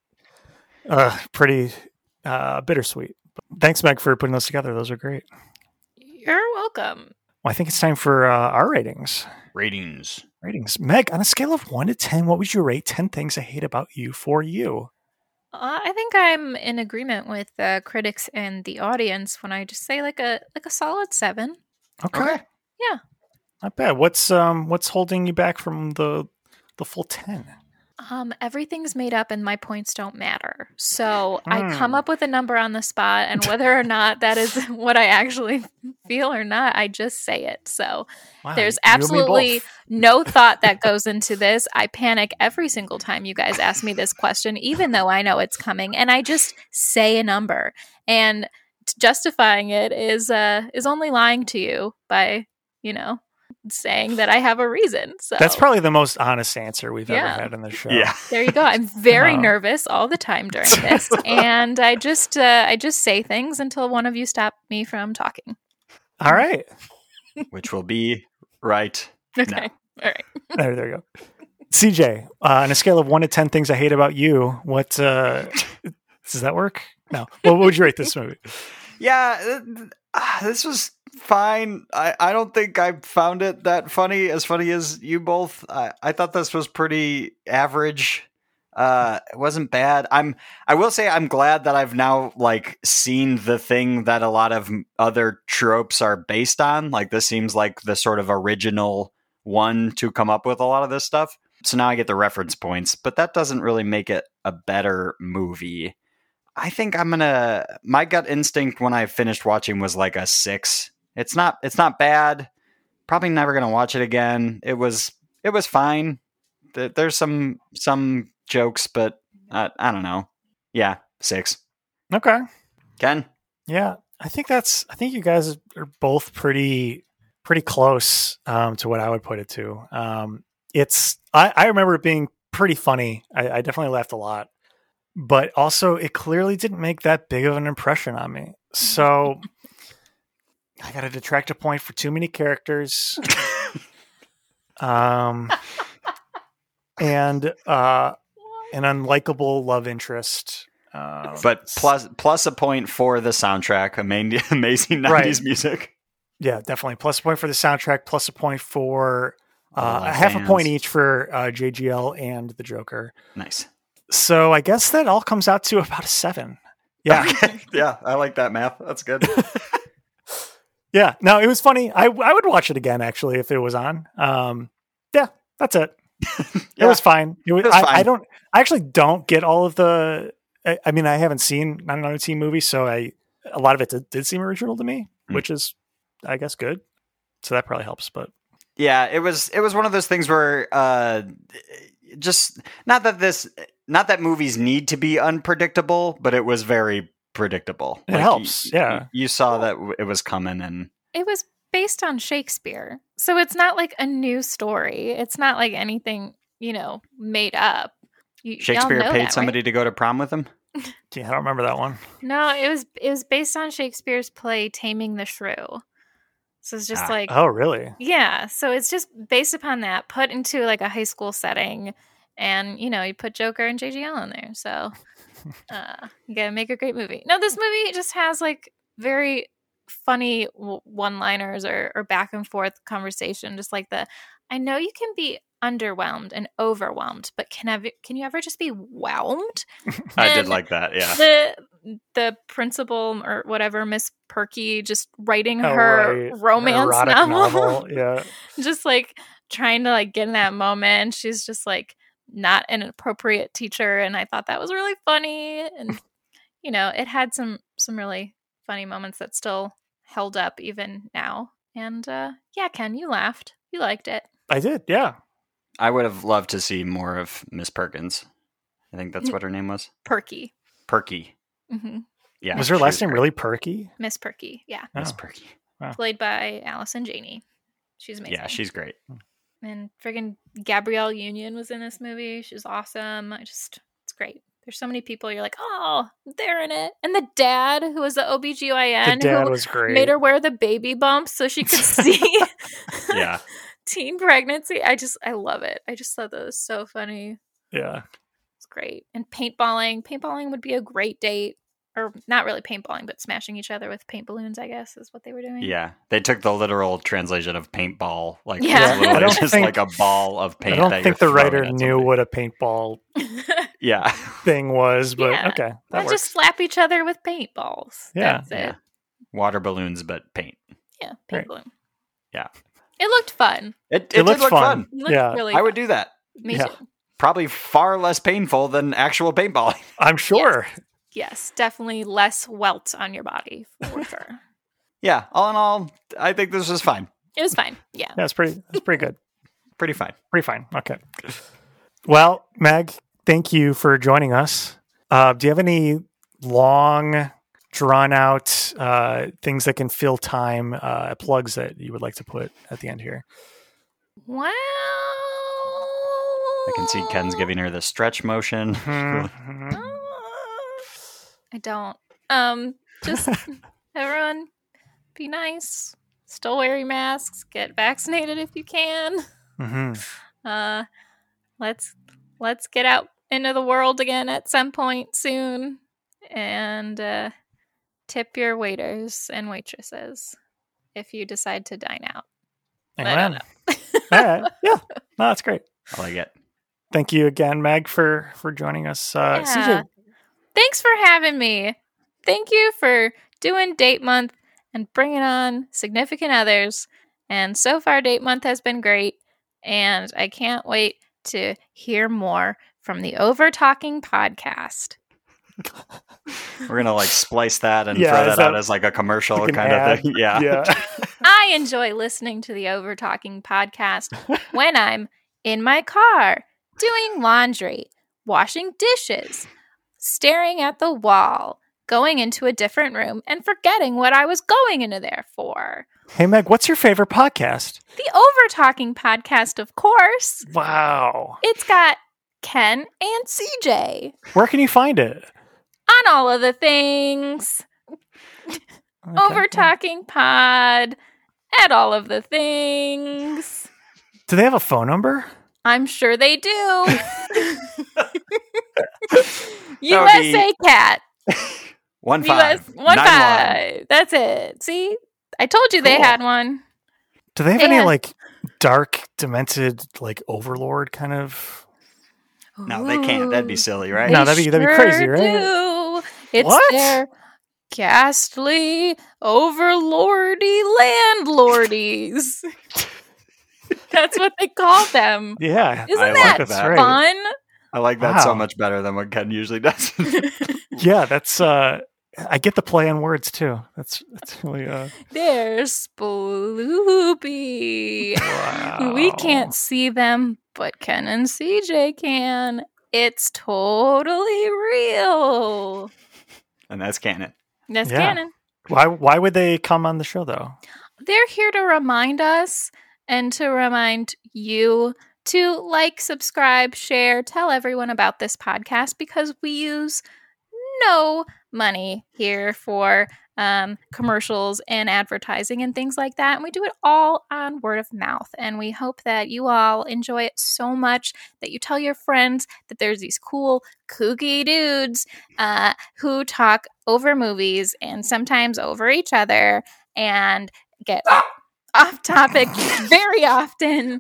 Speaker 1: uh, pretty uh, bittersweet. Thanks, Meg, for putting those together. Those are great.
Speaker 2: You're welcome.
Speaker 1: Well, I think it's time for uh, our ratings.
Speaker 3: Ratings.
Speaker 1: Ratings, Meg. On a scale of one to ten, what would you rate ten things I hate about you for you?
Speaker 2: Uh, I think I'm in agreement with the critics and the audience when I just say like a like a solid seven.
Speaker 1: Okay.
Speaker 3: Okay.
Speaker 2: Yeah.
Speaker 1: Not bad. What's um what's holding you back from the the full ten?
Speaker 2: Um, everything's made up and my points don't matter. So I
Speaker 1: Hmm.
Speaker 2: come up with a number on the spot, and whether or not that is what I actually feel or not, I just say it. So
Speaker 1: Wow,
Speaker 2: There's
Speaker 1: you and me
Speaker 2: absolutely
Speaker 1: both.
Speaker 2: no thought that goes into this. I panic every single time you guys ask me this question, even though I know it's coming, and I just say a number. And t- justifying it is uh is only lying to you by you know saying that I have a reason. So
Speaker 1: That's probably the most honest answer we've
Speaker 2: Yeah.
Speaker 1: ever had in the show.
Speaker 3: Yeah.
Speaker 2: there you go. I'm very
Speaker 1: Wow.
Speaker 2: nervous all the time during this, and I just uh, I just say things until one of you stop me from talking.
Speaker 1: All right.
Speaker 3: Which will be right.
Speaker 2: Okay,
Speaker 3: No.
Speaker 2: all right.
Speaker 1: There, there you go. CJ, uh, on a scale of one to ten things I hate about you, what uh, does that work? No. Well, what would you rate this movie?
Speaker 3: Yeah, th- th- ah, this was fine. I, I don't think I found it that funny, as funny as you both. I, I thought this was pretty average. Uh, it wasn't bad. I'm I will say I'm glad that I've now like seen the thing that a lot of m- other tropes are based on. Like this seems like the sort of original one to come up with a lot of this stuff. So now I get the reference points, but that doesn't really make it a better movie. I think I'm gonna. My gut instinct when I finished watching was like a six. It's not. It's not bad. Probably never gonna watch it again. It was. It was fine. Th- There's some some jokes, but uh, I don't know. Yeah, six.
Speaker 1: Okay.
Speaker 3: Ken.
Speaker 1: Yeah, I think that's. I think you guys are both pretty pretty close um, to what I would put it to. Um, it's. I, I remember it being pretty funny. I, I definitely laughed a lot, but also it clearly didn't make that big of an impression on me. So I got a detractor point for too many characters. um, and uh, an unlikable love interest. Uh,
Speaker 3: But plus plus a point for the soundtrack. Amazing, amazing
Speaker 1: Right.
Speaker 3: nineties music.
Speaker 1: Yeah, definitely. Plus a point for the soundtrack. Plus a point for
Speaker 3: All
Speaker 1: uh,
Speaker 3: our
Speaker 1: a half
Speaker 3: fans.
Speaker 1: a point each for uh, JGL and the Joker.
Speaker 3: Nice.
Speaker 1: So I guess that all comes out to about a seven. Yeah,
Speaker 3: Okay. yeah, I like that math. That's good.
Speaker 1: yeah. No, it was funny. I I would watch it again actually if it was on. Um, yeah, that's it. It
Speaker 3: Yeah.
Speaker 1: was fine. It was,
Speaker 3: was
Speaker 1: I, I
Speaker 3: fine.
Speaker 1: don't. I actually don't get all of the. I, I mean, I haven't seen not another team movie, so I a lot of it did, did seem original to me,
Speaker 3: Hmm.
Speaker 1: which is, I guess, good. So that probably helps. But
Speaker 3: yeah it was it was one of those things where uh just not that this not that movies need to be unpredictable but it was very predictable
Speaker 1: It helps, yeah.
Speaker 3: you, you saw that w- it was coming and
Speaker 2: It was based on Shakespeare. So it's not like a new story. It's not like anything, you know, made up. Y- y'all
Speaker 3: shakespeare
Speaker 2: know
Speaker 3: paid
Speaker 2: that, right?
Speaker 3: somebody to go to prom with him
Speaker 1: yeah, I don't remember that one.
Speaker 2: No, it was it was based on Shakespeare's play Taming the Shrew. So it's just
Speaker 3: Ah.
Speaker 2: like
Speaker 1: Oh, really?
Speaker 2: Yeah, so it's just based upon that, put into like a high school setting, and you know you put Joker and JGL in there, so uh, you gotta make a great movie. No, this movie just has like very funny w- one-liners or, or back and forth conversation, just like the I know you can be underwhelmed and overwhelmed, but can ever can you ever just be whelmed?
Speaker 3: i did
Speaker 2: And-
Speaker 3: like that yeah
Speaker 2: the the principal or whatever Miss Perky just writing
Speaker 1: Oh,
Speaker 2: her
Speaker 1: right.
Speaker 2: romance
Speaker 1: Erotic
Speaker 2: novel.
Speaker 1: Yeah.
Speaker 2: just like trying to like get in that moment. She's just like not an appropriate teacher, and I thought that was really funny. And you know, it had some some really funny moments that still held up even now. And uh, yeah, Ken, you laughed. You liked it.
Speaker 1: I did. Yeah.
Speaker 3: i would have loved to see more of miss perkins i think that's what her name was
Speaker 2: Perky,
Speaker 3: perky
Speaker 2: hmm
Speaker 3: yeah
Speaker 1: was her
Speaker 3: she
Speaker 1: last name
Speaker 3: great.
Speaker 1: really Perky?
Speaker 2: Miss Perky, yeah,
Speaker 3: miss
Speaker 1: Oh.
Speaker 3: perky
Speaker 2: played by Allison Janney. She's amazing.
Speaker 3: yeah she's great
Speaker 2: and friggin' Gabrielle Union was in this movie. She's awesome. I just it's great. There's so many people you're like, oh, they're in it. And the dad, who was the
Speaker 1: The
Speaker 2: OBGYN,
Speaker 1: dad
Speaker 2: who
Speaker 1: was great.
Speaker 2: made her wear the baby bumps so she could see
Speaker 3: yeah
Speaker 2: teen pregnancy. I just I love it. I just thought that was so funny.
Speaker 1: yeah.
Speaker 2: It's great. And paintballing. Paintballing would be a great date. Or not really paintballing, but smashing each other with paint balloons, I guess, is what they were doing.
Speaker 3: yeah they took the literal translation of paintball like
Speaker 2: Yeah.
Speaker 3: literally
Speaker 1: I don't
Speaker 3: just
Speaker 1: think-
Speaker 3: like a ball of paint
Speaker 1: I don't
Speaker 3: that
Speaker 1: think
Speaker 3: you're
Speaker 1: the writer
Speaker 3: throwing at
Speaker 1: knew
Speaker 3: something.
Speaker 1: what a paintball
Speaker 3: yeah
Speaker 1: thing was, but
Speaker 2: Yeah.
Speaker 1: okay. That
Speaker 2: Or
Speaker 1: works.
Speaker 2: just slap each other with paintballs.
Speaker 1: Yeah.
Speaker 2: That's it.
Speaker 3: Yeah. water balloons but paint
Speaker 2: Yeah, pink
Speaker 1: Right.
Speaker 2: balloon.
Speaker 3: Yeah.
Speaker 2: It looked fun.
Speaker 3: It, it,
Speaker 1: It
Speaker 3: did
Speaker 1: looked
Speaker 3: look fun.
Speaker 1: fun.
Speaker 2: It looked
Speaker 1: Yeah.
Speaker 2: really
Speaker 3: I would
Speaker 2: fun.
Speaker 3: do that.
Speaker 2: Me
Speaker 1: Yeah.
Speaker 2: too.
Speaker 3: Probably far less painful than actual paintballing.
Speaker 1: I'm sure.
Speaker 2: Yes, definitely less welt on your body for sure.
Speaker 3: yeah, all in all, I think this was fine.
Speaker 2: It was fine. Yeah.
Speaker 1: Yeah, it's pretty it's pretty good.
Speaker 3: Pretty fine.
Speaker 1: Pretty fine. Okay. Well, Meg, thank you for joining us. Uh, do you have any long drawn out uh, things that can fill time uh, plugs that you would like to put at the end here
Speaker 2: Wow. I
Speaker 3: I can see Ken's giving her the stretch motion.
Speaker 1: Mm-hmm.
Speaker 2: I don't. Um just everyone be nice. Still wear your masks. Get vaccinated if you can.
Speaker 1: hmm
Speaker 2: Uh let's let's get out into the world again at some point soon. and uh, tip your waiters and waitresses if you decide to dine out. I don't
Speaker 1: Amen. All right. Yeah. No, that's great.
Speaker 3: I like it.
Speaker 1: Thank you again, Meg, for for joining us. Uh,
Speaker 2: Yeah.
Speaker 1: CJ,
Speaker 2: Thanks for having me. Thank you for doing date month and bringing on significant others. And so far, date month has been great. And I can't wait to hear more from the Over Talking podcast.
Speaker 3: We're gonna like splice that and
Speaker 1: Yeah,
Speaker 3: throw
Speaker 1: is
Speaker 3: that,
Speaker 1: that
Speaker 3: out as like a commercial
Speaker 1: like an
Speaker 3: kind of
Speaker 1: ad?
Speaker 3: thing. Yeah.
Speaker 1: yeah.
Speaker 2: I enjoy listening to the Over Talking podcast when I'm in my car, doing laundry, washing dishes, staring at the wall, going into a different room, and forgetting what I was going into there for.
Speaker 1: Hey, Meg, what's your favorite podcast?
Speaker 2: The Over Talking podcast, of course.
Speaker 1: Wow.
Speaker 2: It's got Ken and CJ
Speaker 1: Where can you find it?
Speaker 2: on all of the things.
Speaker 1: Okay.
Speaker 2: Over Talking Pod at all of the things.
Speaker 1: Do they have a phone number?
Speaker 2: I'm sure they do.
Speaker 3: would be-
Speaker 2: USA Cat.
Speaker 3: One
Speaker 2: US
Speaker 3: five.
Speaker 2: one
Speaker 3: nine
Speaker 2: five. That's it. See? I told you they
Speaker 3: Cool.
Speaker 2: had one.
Speaker 1: Do they have
Speaker 2: They
Speaker 1: any
Speaker 2: have-
Speaker 1: like dark, demented, like overlord kind of?
Speaker 3: one. No, they can't. That'd be silly, right?
Speaker 1: No.
Speaker 2: They
Speaker 1: that'd be- that'd be crazy,
Speaker 2: sure
Speaker 1: right?
Speaker 2: do. It's
Speaker 1: What?
Speaker 2: their ghastly, overlordy landlordies. That's what they call them.
Speaker 1: Yeah.
Speaker 2: Isn't
Speaker 3: I like
Speaker 2: that,
Speaker 3: that.
Speaker 1: Right.
Speaker 2: fun?
Speaker 3: I like that so
Speaker 1: Wow.
Speaker 3: much better than what Ken usually does.
Speaker 1: Yeah, that's. uh I get the play on words too. That's that's really. Uh,
Speaker 2: There's Sploopy.
Speaker 1: wow.
Speaker 2: We
Speaker 1: Oh.
Speaker 2: can't see them, but Ken and CJ can. It's totally real.
Speaker 3: and that's canon.
Speaker 2: That's
Speaker 1: Yeah.
Speaker 2: canon.
Speaker 1: Why? Why would they come on the show though?
Speaker 2: They're here to remind us and to remind you to like, subscribe, share, tell everyone about this podcast because we use no money here for um, commercials and advertising and things like that. And we do it all on word of mouth. And we hope that you all enjoy it so much that you tell your friends that there's these cool, kooky dudes uh, who talk over movies and sometimes over each other and get off topic very often.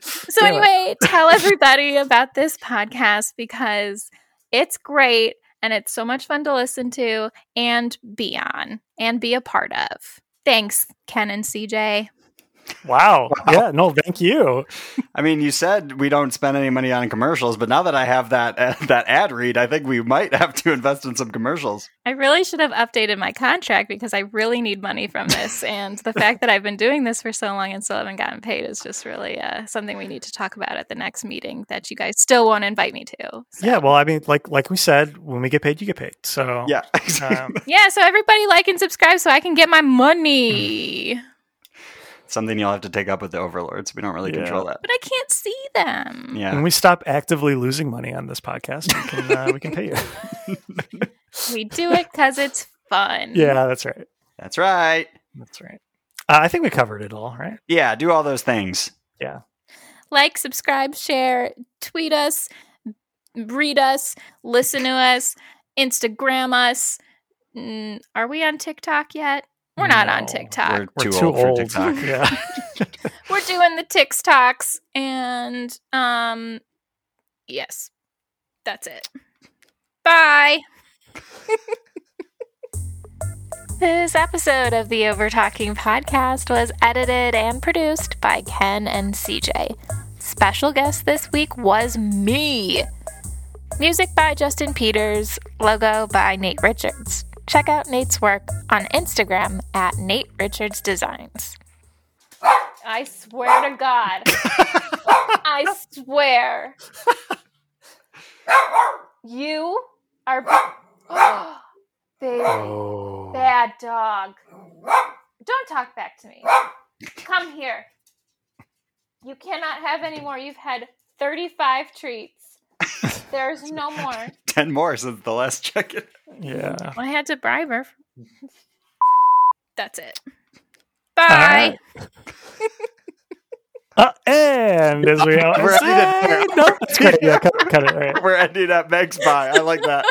Speaker 2: So,
Speaker 1: Damn it.
Speaker 2: anyway, tell everybody about this podcast because it's great and it's so much fun to listen to and be on and be a part of. Thanks, Ken and CJ.
Speaker 1: Wow. Yeah. No. Thank you.
Speaker 3: I mean, you said we don't spend any money on commercials, but now that I have that uh, that ad read, I think we might have to invest in some commercials.
Speaker 2: I really should have updated my contract because I really need money from this. and the fact that I've been doing this for so long and still haven't gotten paid is just really uh, something we need to talk about at the next meeting that you guys still want to invite me to. So-
Speaker 1: Yeah. Well, I mean, like like we said, when we get paid, you get paid. So
Speaker 3: Yeah.
Speaker 1: Um,
Speaker 2: Yeah, so everybody like and subscribe so I can get my money.
Speaker 3: Something you'll have to take up with the overlords. We don't really
Speaker 1: Yeah. Mm-hmm.
Speaker 3: control that.
Speaker 2: But I can't see them.
Speaker 1: when
Speaker 3: Yeah.
Speaker 1: we stop actively losing money on this podcast, we can, uh, we can pay you.
Speaker 2: We do it because it's fun.
Speaker 1: yeah. That's right.
Speaker 3: That's right.
Speaker 1: That's right. Uh, I think we covered it all, right?
Speaker 3: Yeah, do all those things.
Speaker 2: like, subscribe, share, tweet us, read us, listen to us, Instagram us. Mm, are we on TikTok yet? We're not on
Speaker 1: No,
Speaker 2: TikTok. We're,
Speaker 1: We're too, old.
Speaker 3: for TikTok.
Speaker 1: yeah.
Speaker 2: doing the TikToks and um yes. That's it. Bye. This episode of the Over Talking podcast was edited and produced by Ken and CJ. Special guest this week was me. Music by Justin Peters, logo by Nate Richards. Check out Nate's work on Instagram at Nate Richards Designs. I swear to God. I swear. You are. baby.
Speaker 1: Oh.
Speaker 2: Bad dog. Don't talk back to me. Come here. You cannot have any more. You've had 35 treats. There's no more.
Speaker 3: 10 more since the last check in.
Speaker 1: Yeah.
Speaker 2: I had to bribe her. That's it.
Speaker 1: All
Speaker 2: Bye.
Speaker 1: right. Uh, and as we always
Speaker 3: We're
Speaker 1: say,
Speaker 3: ending it there.
Speaker 1: no, that's great. Yeah, cut, cut it. All right.
Speaker 3: We're ending at Meg's Bye. I like that.